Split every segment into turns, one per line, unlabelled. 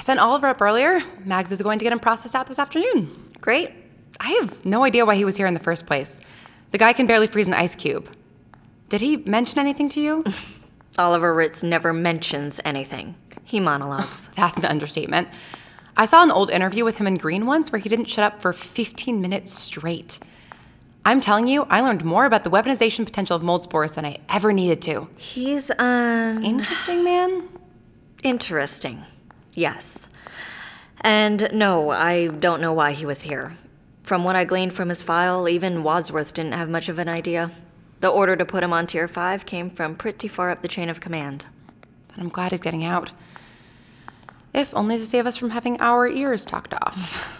sent Oliver up earlier. Mags is going to get him processed out this afternoon.
Great.
I have no idea why he was here in the first place. The guy can barely freeze an ice cube. Did he mention anything to you?
Oliver Ritz never mentions anything. He monologues.
That's an understatement. I saw an old interview with him in Green once where he didn't shut up for 15 minutes straight. I'm telling you, I learned more about the weaponization potential of mold spores than I ever needed to.
He's um
Interesting, man.
interesting. Yes. And no, I don't know why he was here. From what I gleaned from his file, even Wadsworth didn't have much of an idea. The order to put him on tier 5 came from pretty far up the chain of command.
And I'm glad he's getting out. If only to save us from having our ears talked off.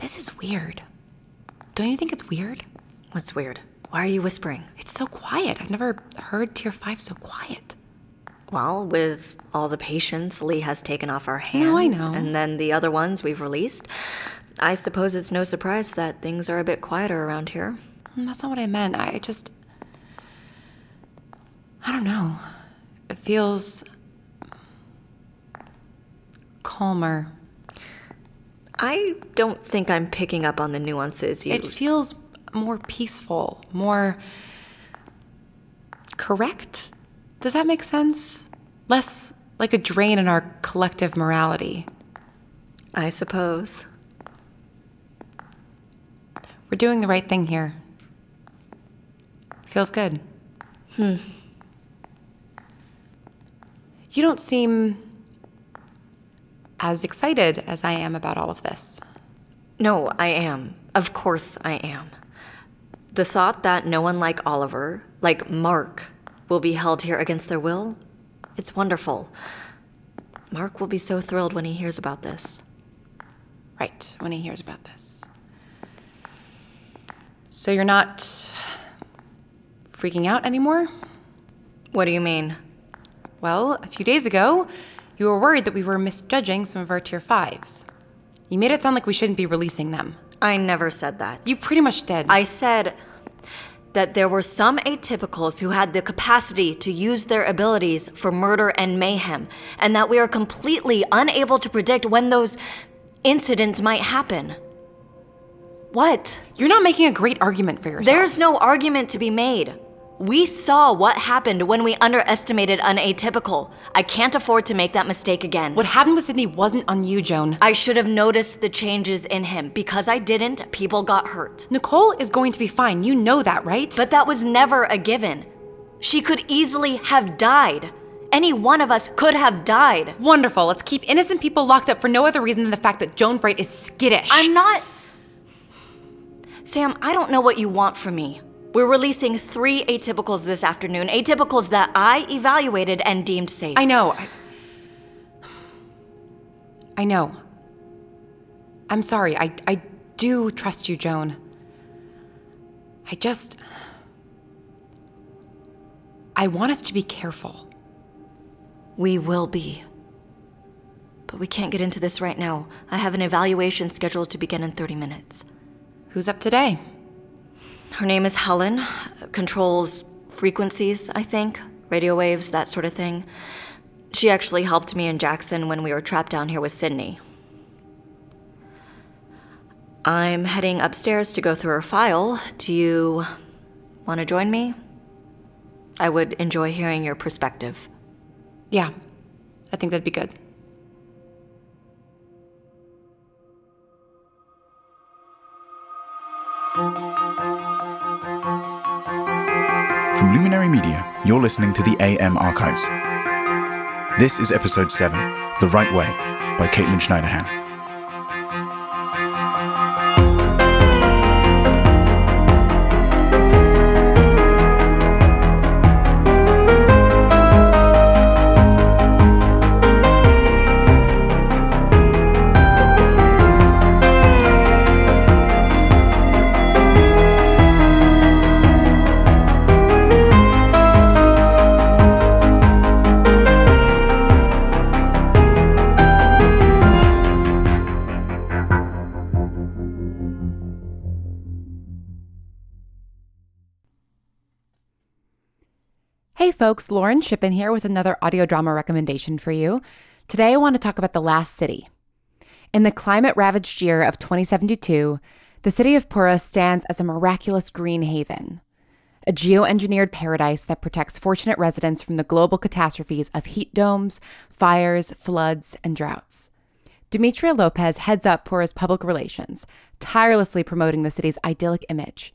this is weird. Don't you think it's weird?
What's weird? Why are you whispering?
It's so quiet. I've never heard Tier 5 so quiet.
Well, with all the patients Lee has taken off our hands,
No, I know.
and then the other ones we've released, I suppose it's no surprise that things are a bit quieter around here.
Mm, That's not what I meant. I just. I don't know. It feels. calmer.
I don't think I'm picking up on the nuances you.
It feels more peaceful, more correct. Does that make sense? Less like a drain on our collective morality.
I suppose.
We're doing the right thing here. Feels good. Hmm. You don't seem as excited as I am about all of this.
No, I am. Of course I am. The thought that no one like Oliver, like Mark, will be held here against their will, it's wonderful. Mark will be so thrilled when he hears about this.
Right, when he hears about this. So you're not freaking out anymore?
What do you mean?
Well, a few days ago, you were worried that we were misjudging some of our tier fives. You made it sound like we shouldn't be releasing them.
I never said that.
You pretty much did.
I said that there were some atypicals who had the capacity to use their abilities for murder and mayhem, and that we are completely unable to predict when those incidents might happen. What?
you're not making a great argument for yourself.
There's no argument to be made. We saw what happened when we underestimated an atypical. I can't afford to make that mistake again.
What happened with Sydney wasn't on you, Joan.
I should have noticed the changes in him. Because I didn't, people got hurt.
Nicole is going to be fine. You know that, right?
But that was never a given. She could easily have died. Any one of us could have died.
Wonderful. Let's keep innocent people locked up for no other reason than the fact that Joan Bright is skittish.
I'm not. Sam, I don't know what you want from me. We're releasing three atypicals this afternoon, atypicals that I evaluated and deemed safe.
I know. I, I know. I'm sorry. I, I do trust you, Joan. I just. I want us to be careful.
We will be. But we can't get into this right now. I have an evaluation scheduled to begin in 30 minutes.
Who's up today?
Her name is Helen, controls frequencies, I think, radio waves, that sort of thing. She actually helped me and Jackson when we were trapped down here with Sydney. I'm heading upstairs to go through her file. Do you want to join me? I would enjoy hearing your perspective.
Yeah, I think that'd be good.
From Luminary Media, you're listening to the AM Archives. This is episode 7 The Right Way by Caitlin Schneiderhan.
Hey folks, Lauren Shippen here with another audio drama recommendation for you. Today I want to talk about The Last City. In the climate ravaged year of 2072, the city of Pura stands as a miraculous green haven, a geoengineered paradise that protects fortunate residents from the global catastrophes of heat domes, fires, floods, and droughts. Demetria Lopez heads up Pura's public relations, tirelessly promoting the city's idyllic image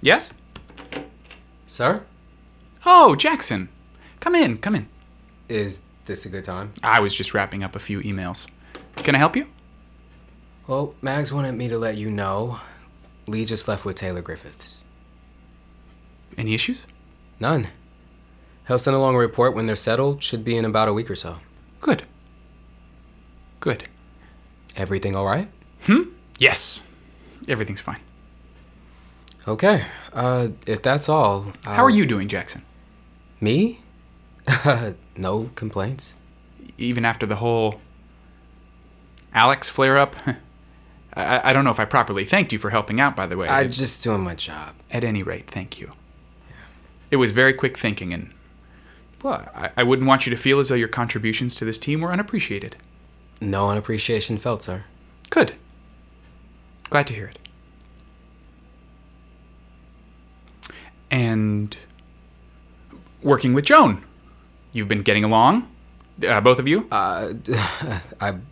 Yes?
Sir,
Oh, Jackson. Come in, come in.
is this a good time?
I was just wrapping up a few emails. Can I help you?
Well, Mags wanted me to let you know Lee just left with Taylor Griffiths.
Any issues?
None. He'll send along a report when they're settled, should be in about a week or so.
Good. Good. Hmm?
Everything all right?
Yes. Everything's fine.
Okay. Uh, if that's all.
How are you doing, Jackson?
Me? no complaints.
Even after the whole Alex flare up? I, I don't know if I properly thanked you for helping out, by the way.
I'm just doing my job.
At any rate, thank you. It was very quick thinking, and well, I, I wouldn't want you to feel as though your contributions to this team were unappreciated.
No unappreciation felt, sir.
Good. Glad to hear it. And working with Joan, you've been getting along, uh, both of you.
I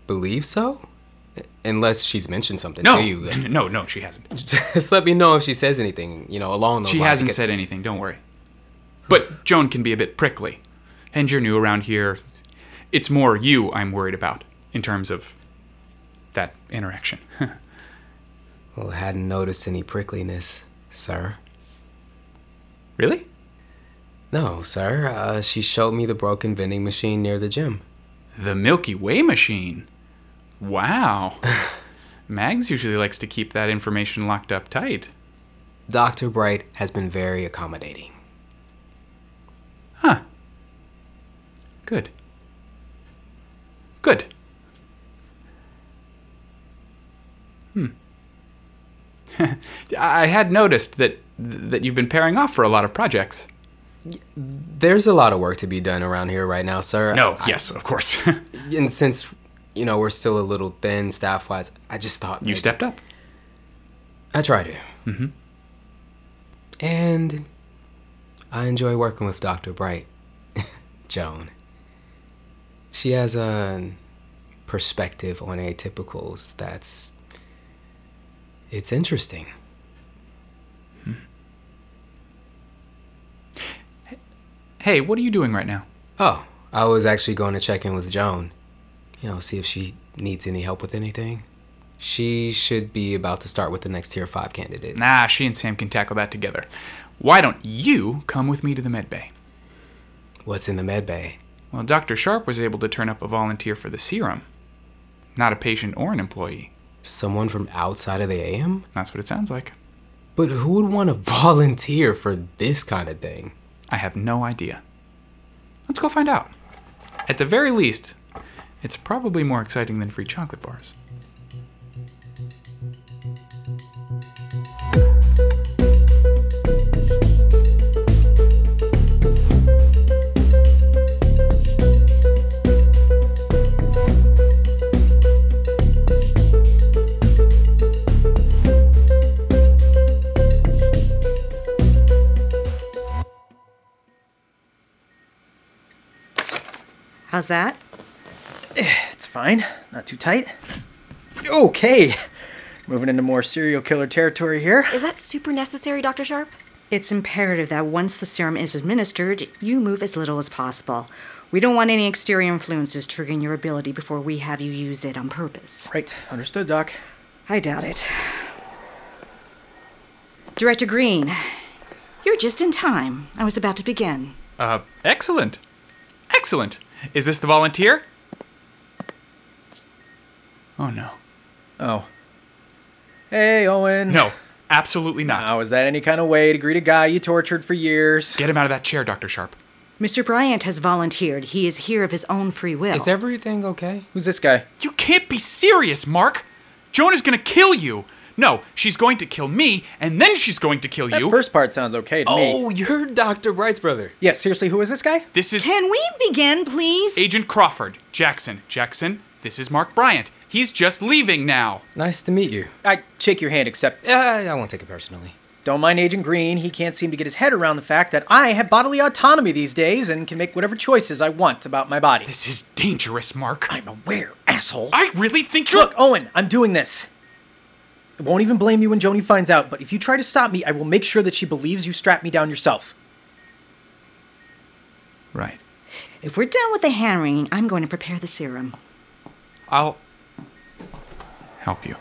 believe so? Unless she's mentioned something
no,
to you.
no, no, she hasn't.
just let me know if she says anything, you know, along those
She
lines.
hasn't
because-
said anything, don't worry. But Joan can be a bit prickly. And you're new around here. It's more you I'm worried about in terms of that interaction.
Well, Oh, hadn't noticed any prickliness, sir.
really?
No, sir. Uh, she showed me the broken vending machine near the gym.
The Milky Way machine. Wow. Mags usually likes to keep that information locked up tight.
Dr. Bright has been very accommodating.
Huh. Good. Good. Hmm. I had noticed that that you've been pairing off for a lot of projects.
There's a lot of work to be done around here right now, sir. I-
yes, of course.
and since, you know, we're still a little thin staff wise, I just thought.
you
maybe-
stepped up.
I try to. Mm-hmm. And I enjoy working with Dr. Bright, Joan. She has a perspective on atypicals that's. It's interesting.
Hmm. Hey, what are you doing right now?
Oh, I was actually going to check in with Joan. You know, see if she needs any help with anything. She should be about to start with the next tier five candidate.
Nah, she and Sam can tackle that together. Why don't you come with me to the med bay?
What's in the med bay?
Well, Dr. Sharp was able to turn up a volunteer for the serum. Not a patient or an employee.
Someone from outside of the AM?
That's what it sounds like.
But who would want to volunteer for this kind of thing?
I have no idea. Let's go find out. At the very least, it's probably more exciting than free chocolate bars.
How's that?
Eh, It's fine. Not too tight. Okay. Moving into more serial killer territory here.
Is that super necessary, Dr. Sharp?
It's imperative that once the serum is administered, you move as little as possible. We don't want any exterior influences triggering your ability before we have you use it on purpose.
Right. Understood, Doc.
I doubt it. Director Green, you're just in time. I was about to begin.
Uh, excellent. Excellent. Is this the volunteer? Oh, no.
Oh. Hey, Owen.
No, absolutely not.
Now, is that any kind of way to greet a guy you tortured for years?
Get him out of that chair, Dr. Sharp.
Mr. Bryant has volunteered. He is here of his own free will.
Is everything okay?
Who's this guy?
You can't be serious, Mark. Joan is going to kill you. No, she's going to kill me, and then she's going to kill
That
you.
first part sounds okay to me.
Oh, you're Dr. Bright's brother.
Yeah, seriously, who is this guy?
this is
Can we begin, please?
Agent Crawford. Jackson. Jackson, this is Mark Bryant. He's just leaving now.
Nice to meet you.
I shake your hand, except
Yeah, I won't take it personally.
don't mind Agent Green. He can't seem to get his head around the fact that I have bodily autonomy these days and can make whatever choices I want about my body.
This is dangerous, Mark. I,
I'm aware, asshole.
really think you're.
Look, Owen, I'm doing this. I won't even blame you when Joni finds out, but if you try to stop me, I will make sure that she believes you strapped me down yourself.
Right.
If we're done with the hand wringing, I'm going to prepare the serum.
I'll help you.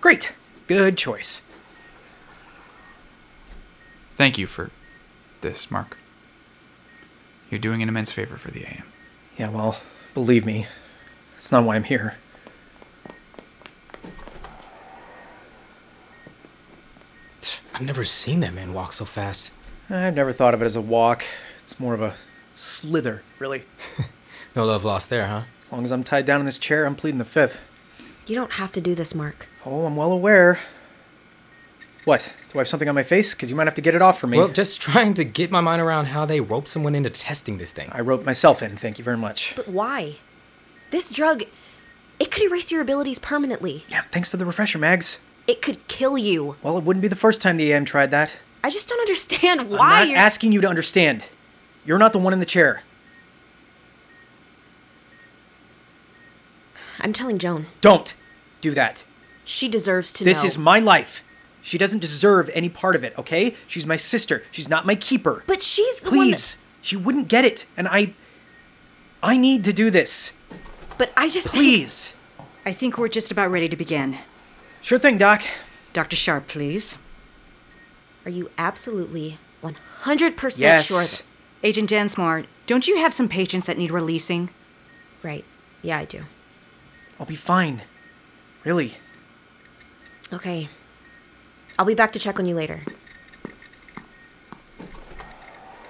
Great. Good choice.
Thank you for this, Mark. You're doing an immense favor for the AM.
Yeah, well, believe me, it's not why I'm here.
I've never seen that man walk so fast.
I've never thought of it as a walk. It's more of a slither, really.
No love lost there, huh?
As long as I'm tied down in this chair, I'm pleading the fifth.
You don't have to do this, Mark.
Oh, I'm well aware. What? Do I have something on my face? Because you might have to get it off for me.
Well, just trying to get my mind around how they rope someone into testing this thing.
I roped myself in, thank you very much.
But why? This drug, it could erase your abilities permanently.
Yeah, thanks for the refresher, Mags.
It could kill you.
Well, it wouldn't be the first time the AM tried that.
I just don't understand
I'm
why
not
you're.
asking you to understand. You're not the one in the chair.
I'm telling Joan.
Don't do that.
She deserves to
This
know.
is my life. She doesn't deserve any part of it, okay? She's my sister. She's not my keeper.
But she's the one.
Please. She wouldn't get it. And I. I need to do this.
That, but I just.
Please.
I think we're just about ready to begin.
Sure thing, Doc.
Dr. Sharp, please.
Are you absolutely 100%
Yes.
sure? That,
Agent Densmore, don't you have some patients that need releasing?
right. Yeah, I do.
I'll be fine. Really.
Okay. I'll be back to check on you later.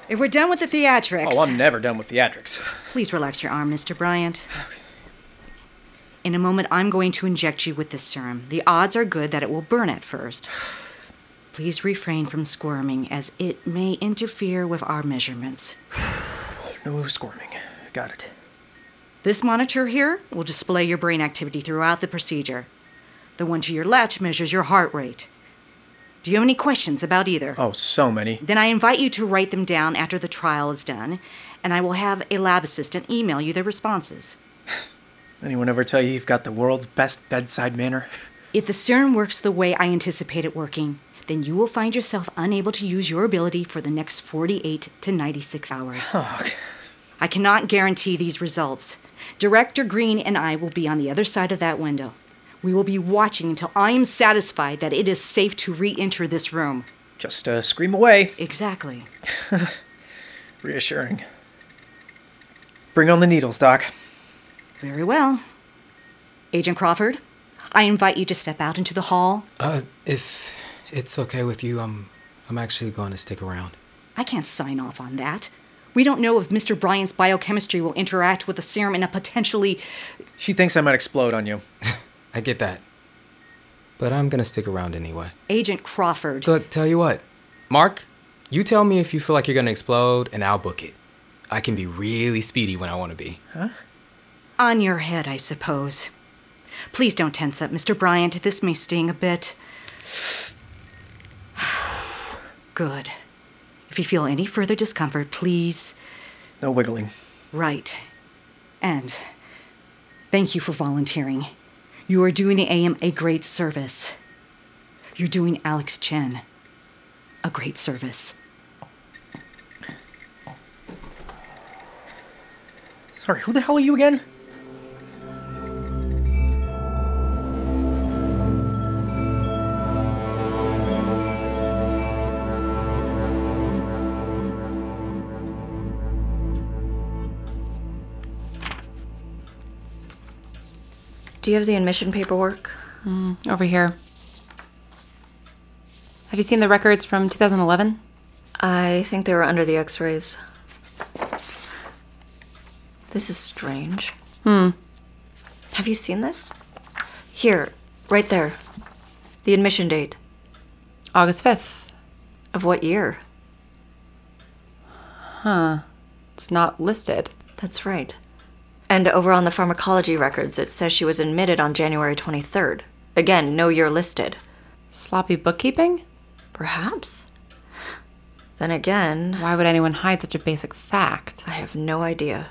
If we're done with the theatrics,
Oh, I'm never done with theatrics.
please relax your arm, Mr. Bryant. In a moment, I'm going to inject you with this serum. The odds are good that it will burn at first. Please refrain from squirming, as it may interfere with our measurements.
No squirming. Got it.
This monitor here will display your brain activity throughout the procedure. The one to your left measures your heart rate. Do you have any questions about either?
Oh, so many.
Then I invite you to write them down after the trial is done, and I will have a lab assistant email you their responses.
Anyone ever tell you you've got the world's best bedside manner?
If the serum works the way I anticipate it working, then you will find yourself unable to use your ability for the next 48 to 96 hours.
Fuck.
I cannot guarantee these results. Director Green and I will be on the other side of that window. We will be watching until I am satisfied that it is safe to re enter this room.
Just uh, scream away.
Exactly.
Reassuring. Bring on the needles, Doc.
Very well. Agent Crawford, I invite you to step out into the hall.
Uh, if it's okay with you, I'm I'm actually going to stick around.
I can't sign off on that. We don't know if Mr. Bryant's biochemistry will interact with the serum in a potentially.
She thinks I might explode on you.
I get that. But I'm going to stick around anyway.
Agent Crawford.
Look, tell you what. Mark, you tell me if you feel like you're going to explode and I'll book it. I can be really speedy when I want to be.
On your head, I suppose. Please don't tense up, Mr. Bryant. This may sting a bit. Good. If you feel any further discomfort, please
No wiggling.
write. And thank you for volunteering. You are doing the AM a great service. You're doing Alex Chen a great service.
Sorry, who the hell are you again?
Do you have the admission paperwork?
Mm, Over here. Have you seen the records from 2011?
I think they were under the x rays. This is strange. Hmm. Have you seen this? Here, right there. The admission date.
August 5th.
Of what year?
It's not listed.
That's right. And over on the pharmacology records, it says she was admitted on January 23rd. Again, no year listed.
Sloppy bookkeeping?
Perhaps? Then again,
Why would anyone hide such a basic fact?
I have no idea.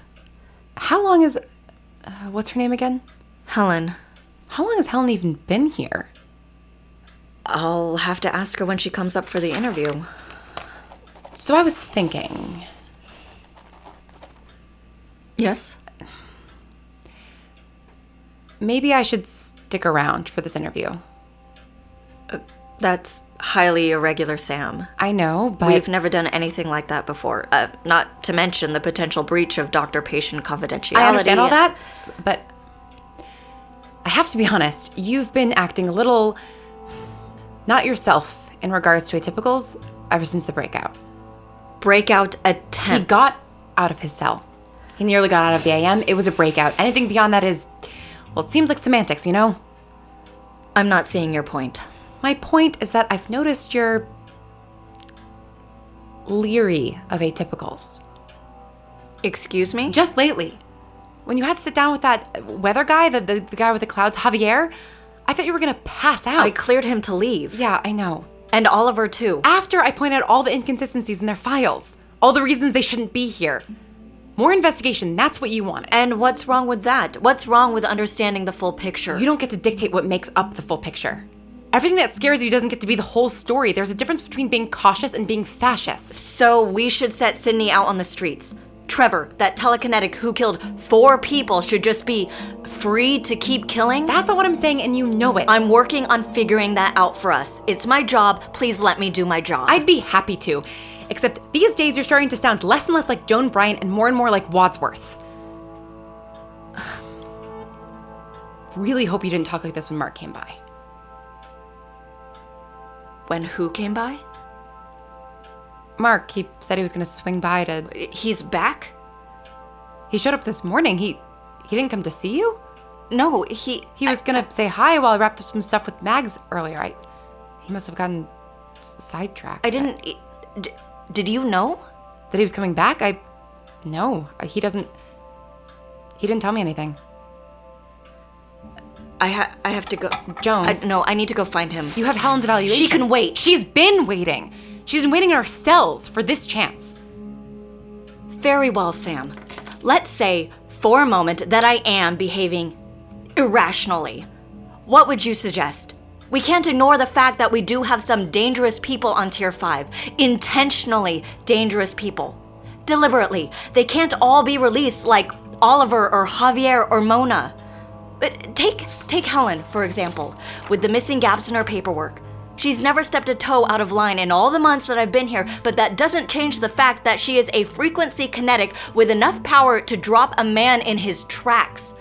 How long is. Uh, what's her name again?
Helen,
How long has Helen even been here?
I'll have to ask her when she comes up for the interview.
So I was thinking.
Yes?
Maybe I should stick around for this interview.
That's highly irregular, Sam.
I know, but
We've never done anything like that before. Uh, not to mention the potential breach of doctor patient confidentiality.
I understand all that, but I have to be honest. You've been acting a little not yourself in regards to atypicals ever since the breakout.
Breakout
He
attempt.
got out of his cell. He nearly got out of the AM. It was a breakout. Anything beyond that is, well, it seems like semantics, you know?
I'm not seeing your point.
My point is that I've noticed you're leery of atypicals.
Excuse me?
Just lately, when you had to sit down with that weather guy, the, the, the guy with the clouds, Javier, I thought you were going to pass out.
I cleared him to leave.
yeah, I know.
And Oliver, too.
After I pointed out all the inconsistencies in their files, all the reasons they shouldn't be here. More investigation, that's what you want. And
And what's wrong with that? What's wrong with understanding the full picture?
you don't get to dictate what makes up the full picture. Everything that scares you doesn't get to be the whole story. There's a difference between being cautious and being fascist.
so we should set Sydney out on the streets. Trevor, that telekinetic who killed four people, should just be free to keep killing?
That's not what I'm saying, and you know it.
I'm working on figuring that out for us. It's my job. Please let me do my job.
I'd be happy to. Except these days you're starting to sound less and less like Joan Bryant and more and more like Wadsworth. Really hope you didn't talk like this when Mark came by.
when who came by?
Mark, he said he was gonna swing by to
He's back?
He showed up this morning. He he didn't come to see you?
No, he
He was gonna say hi while I wrapped up some stuff with Mags earlier. I he must have gotten s- sidetracked.
I didn't d- Did you know?
that he was coming back. I no, he doesn't. He didn't tell me anything.
I ha- I have to go.
Joan.
I, no, I need to go find him.
You have Helen's evaluation.
She can wait.
She's been waiting. She's been waiting in her cells for this chance.
Very well, Sam. Let's say for a moment that I am behaving irrationally. What would you suggest? We can't ignore the fact that we do have some dangerous people on Tier 5. Intentionally dangerous people. Deliberately. They can't all be released like Oliver or Javier or Mona. But take take Helen for example, with the missing gaps in her paperwork. She's never stepped a toe out of line in all the months that I've been here, but that doesn't change the fact that she is a frequency kinetic with enough power to drop a man in his tracks.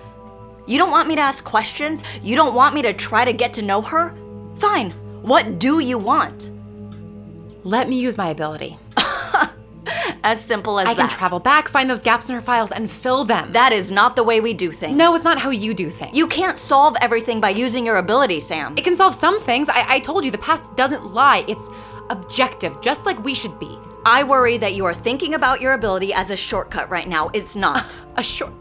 You don't want me to ask questions? You don't want me to try to get to know her? Fine. What do you want?
Let me use my ability.
As simple as
I can
that.
travel back, find those gaps in her files, and fill them.
That is not the way we do things.
no, it's not how you do things.
You can't solve everything by using your ability, Sam.
It can solve some things. I, I told you the past doesn't lie. It's objective, just like we should be.
I worry that you are thinking about your ability as a shortcut right now. It's not.
A short.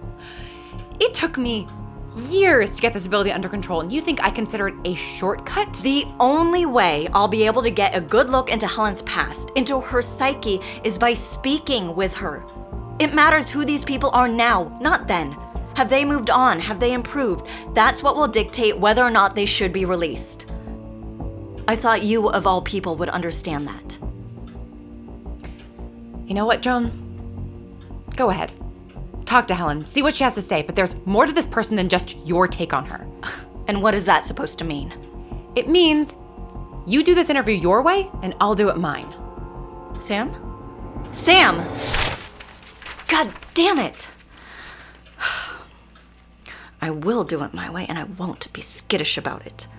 It took me years to get this ability under control, and you think I consider it a shortcut?
The only way I'll be able to get a good look into Helen's past, into her psyche, is by speaking with her. It matters who these people are now, not then. Have they moved on? Have they improved? That's what will dictate whether or not they should be released. I thought you, of all people, would understand that.
You know what, Joan? Go ahead. Talk to Helen, see what she has to say, but there's more to this person than just your take on her.
And what is that supposed to mean?
It means you do this interview your way, and I'll do it mine.
Sam? Sam! God damn it! I will do it my way, and I won't be skittish about it.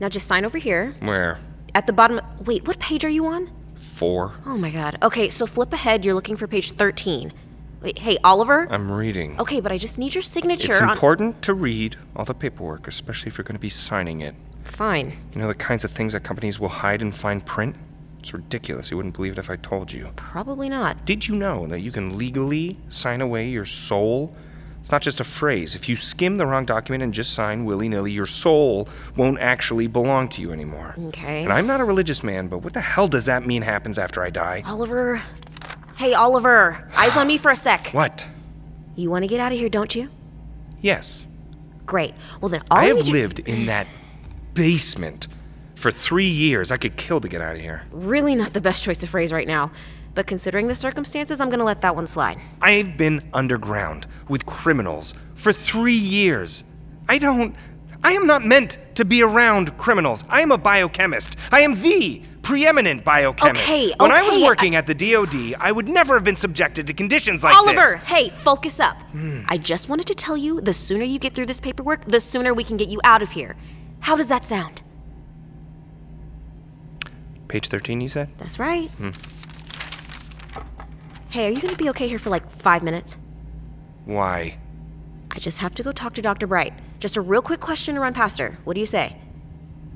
Now just sign over here.
Where?
At the bottom. Wait, what page are you on?
Four?
Oh my god. Okay, so flip ahead. You're looking for page 13. Wait, hey, Oliver?
I'm reading.
okay, but I just need your Oh, signature
Uh, It's
on.
important to read all the paperwork, especially if you're going to be signing it.
Fine.
You know the kinds of things that companies will hide in fine print? It's ridiculous. You wouldn't believe it if I told you.
Probably not.
Did you know that you can legally sign away your soul? It's not just a phrase. If you skim the wrong document and just sign willy nilly, your soul won't actually belong to you anymore.
Okay.
And I'm not a religious man, but what the hell does that mean happens after I die?
Oliver. Hey, Oliver. Eyes on me for a sec.
What?
You want to get out of here, don't you?
Yes.
Great. Well, then all
I have
need you-
lived in that basement for three years. I could kill to get out of here.
Really not the best choice of phrase right now. But considering the circumstances, I'm going to let that one slide.
I've been underground with criminals for three years. I don't. I am not meant to be around criminals. I am a biochemist. I am the preeminent biochemist.
Okay,
when I was
okay, uh,
working at the DoD, I would never have been subjected to conditions like
Oliver,
this. Hmm.
hey, focus up. I just wanted to tell you the sooner you get through this paperwork, the sooner we can get you out of here. How does that sound?
Page 13, you said?
That's right.
Hmm.
Hey, are you going to be okay here for like five minutes?
Why?
I just have to go talk to Dr. Bright. Just a real quick question to run past her. What do you say?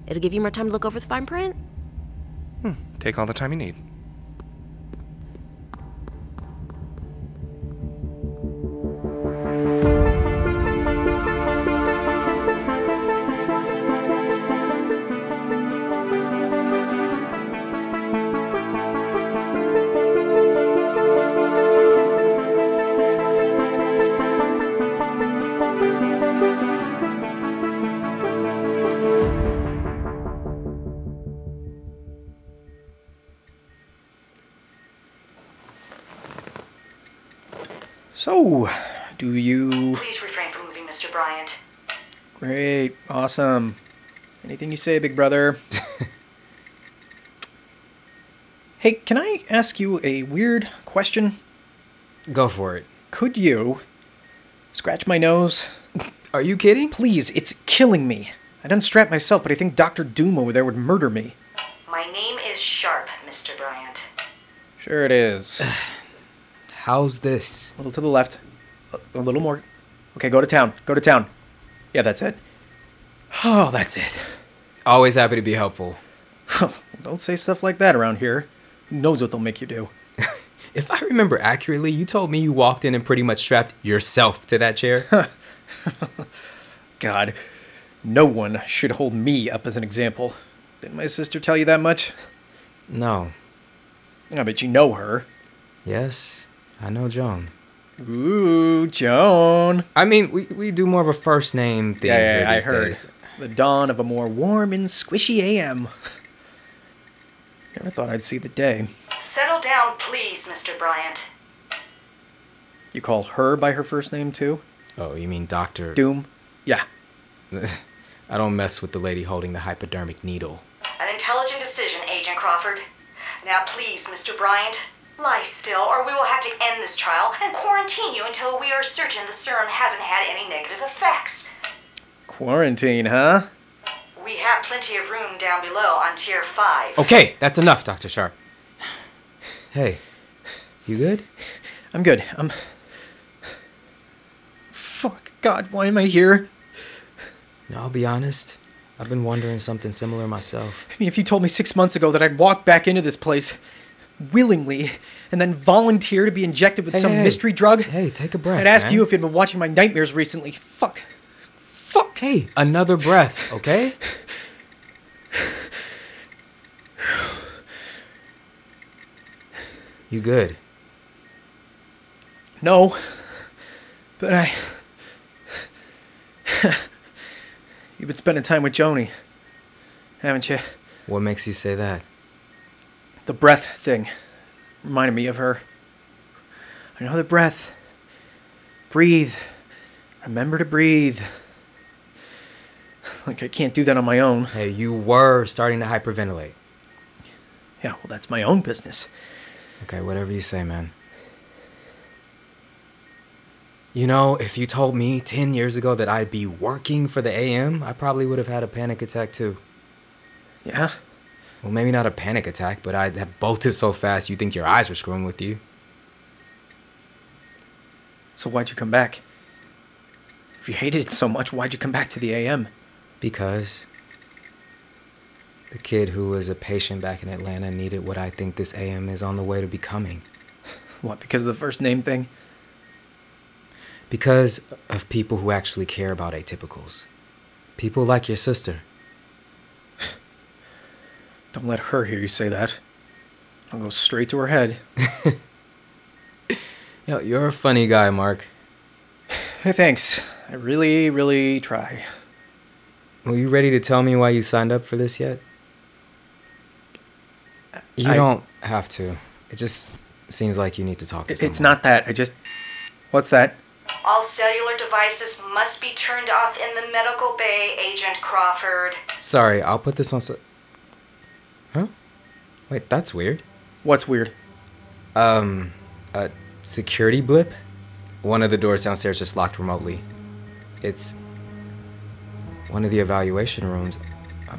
It'll give you more time to look over the fine print?
Take all the time you need.
So, do you.
Please refrain from moving, Mr. Bryant.
Great. Awesome. Anything you say, big brother. hey, can I ask you a weird question?
Go for it.
Could you scratch my nose?
Are you kidding?
Please, it's killing me. I'd unstrap myself, but I think Dr. Doom over there would murder me.
My name is Sharp, Mr. Bryant.
Sure it is. a
How's this?
little to the left. A, a little more. Okay, go to town. Go to town. Yeah, that's it. Oh, that's it.
Always happy to be helpful.
Don't say stuff like that around here. Who knows what they'll make you do?
If I remember accurately, you told me you walked in and pretty much strapped yourself to that chair.
God, no one should hold me up as an example. Didn't my sister tell you that much?
no.
I bet you know her.
Yes, I know Joan.
Ooh, Joan.
I mean, we, we do more of a first name thing
Yeah, yeah,
here
I
these
heard.
days.
The dawn of a more warm and squishy AM. Never thought I'd see the day.
Settle down, please, Mr. Bryant.
You call her by her first name too?
Oh, you mean Doctor?
Doom? Yeah.
I don't mess with the lady holding the hypodermic needle.
An intelligent decision, Agent Crawford. Now, please, Mr. Bryant, lie still, or we will have to end this trial and quarantine you until we are certain the serum hasn't had any negative effects.
Quarantine, huh?
We have plenty of room down below on Tier 5.
Okay, that's enough, Doctor Sharp. Hey, you good?
I'm good. I'm. Fuck, God, why am I here?
No, I'll be honest. I've been wondering something similar myself.
I mean, if you told me six months ago that I'd walk back into this place willingly and then volunteer to be injected with
Hey,
some
hey, hey.
mystery drug,
Hey, take a breath.
I'd ask
man.
you if you'd been watching my nightmares recently. Fuck.
Fuck. Hey, another breath, okay? you good?
No. But I. You've been spending time with Joni, haven't you?
What makes you say that?
The breath thing reminded me of her. Another breath. Breathe. Remember to breathe. Like, I can't do that on my own.
Hey, you were starting to hyperventilate.
Yeah, well, that's my own business.
Okay, whatever you say, man. You know, if you told me 10 years ago that I'd be working for the AM, I probably would have had a panic attack too.
Yeah?
Well, maybe not a panic attack, but I'd have bolted so fast you think your eyes were screwing with you.
So why'd you come back? If you hated it so much, why'd you come back to the AM?
Because the kid who was a patient back in Atlanta needed what I think this AM is on the way to becoming.
What, because of the first name thing?
Because of people who actually care about atypicals. People like your sister.
Don't let her hear you say that. I'll go straight to her head.
Yo, you're a funny guy, Mark.
Hey, thanks. I really, really try.
Well, you ready to tell me why you signed up for this yet? You
I-
don't have to. It just seems like you need to talk to
It-
someone.
It's not that. I just. What's that?
All cellular devices must be turned off in the medical bay, Agent Crawford.
Sorry, I'll put this on. s Huh? Wait, that's weird.
What's weird?
Um, a security blip? One of the doors downstairs just locked remotely. It's one of the evaluation rooms. Uh,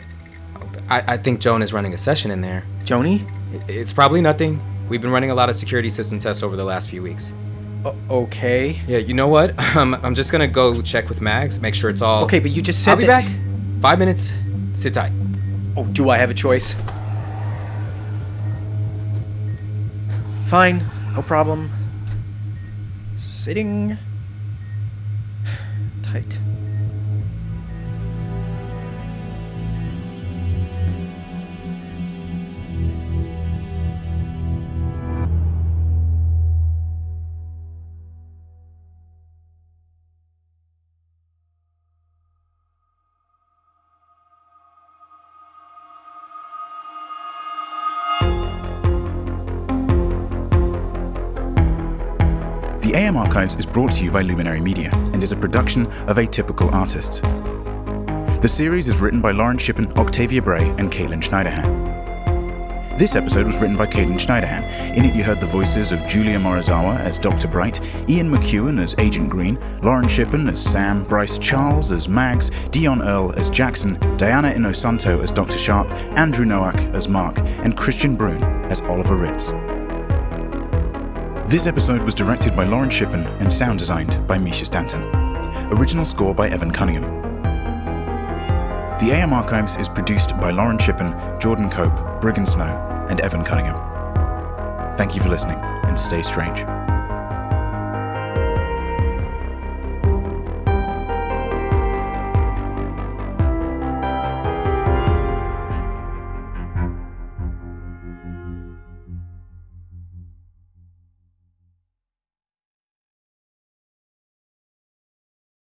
I, I think Joan is running a session in there.
Joni?
I- It's probably nothing. We've been running a lot of security system tests over the last few weeks.
O- Uh, okay.
Yeah, you know what? Um, I'm just gonna go check with Mags, make sure it's all.
Okay, but you just said.
I'll be
that-
back. Five minutes. Sit tight.
Oh, do I have a choice? Fine, no problem. Sitting tight.
The AM Archives is brought to you by Luminary Media and is a production of Atypical Artists. The series is written by Lauren Shippen, Octavia Bray, and Caitlin Schneiderhan. This episode was written by Caitlin Schneiderhan. In it, you heard the voices of Julia Morizawa as Dr. Bright, Ian McEwan as Agent Green, Lauren Shippen as Sam, Bryce Charles as Mags, Dion Earl as Jackson, Diana Inosanto as Dr. Sharp, Andrew Nowak as Mark, and Christian Brune as Oliver Ritz. This episode was directed by Lauren Shippen and sound designed by Misha Stanton. Original score by Evan Cunningham. The AM Archives is produced by Lauren Shippen, Jordan Cope, Brigham Snow, and Evan Cunningham. Thank you for listening and stay strange.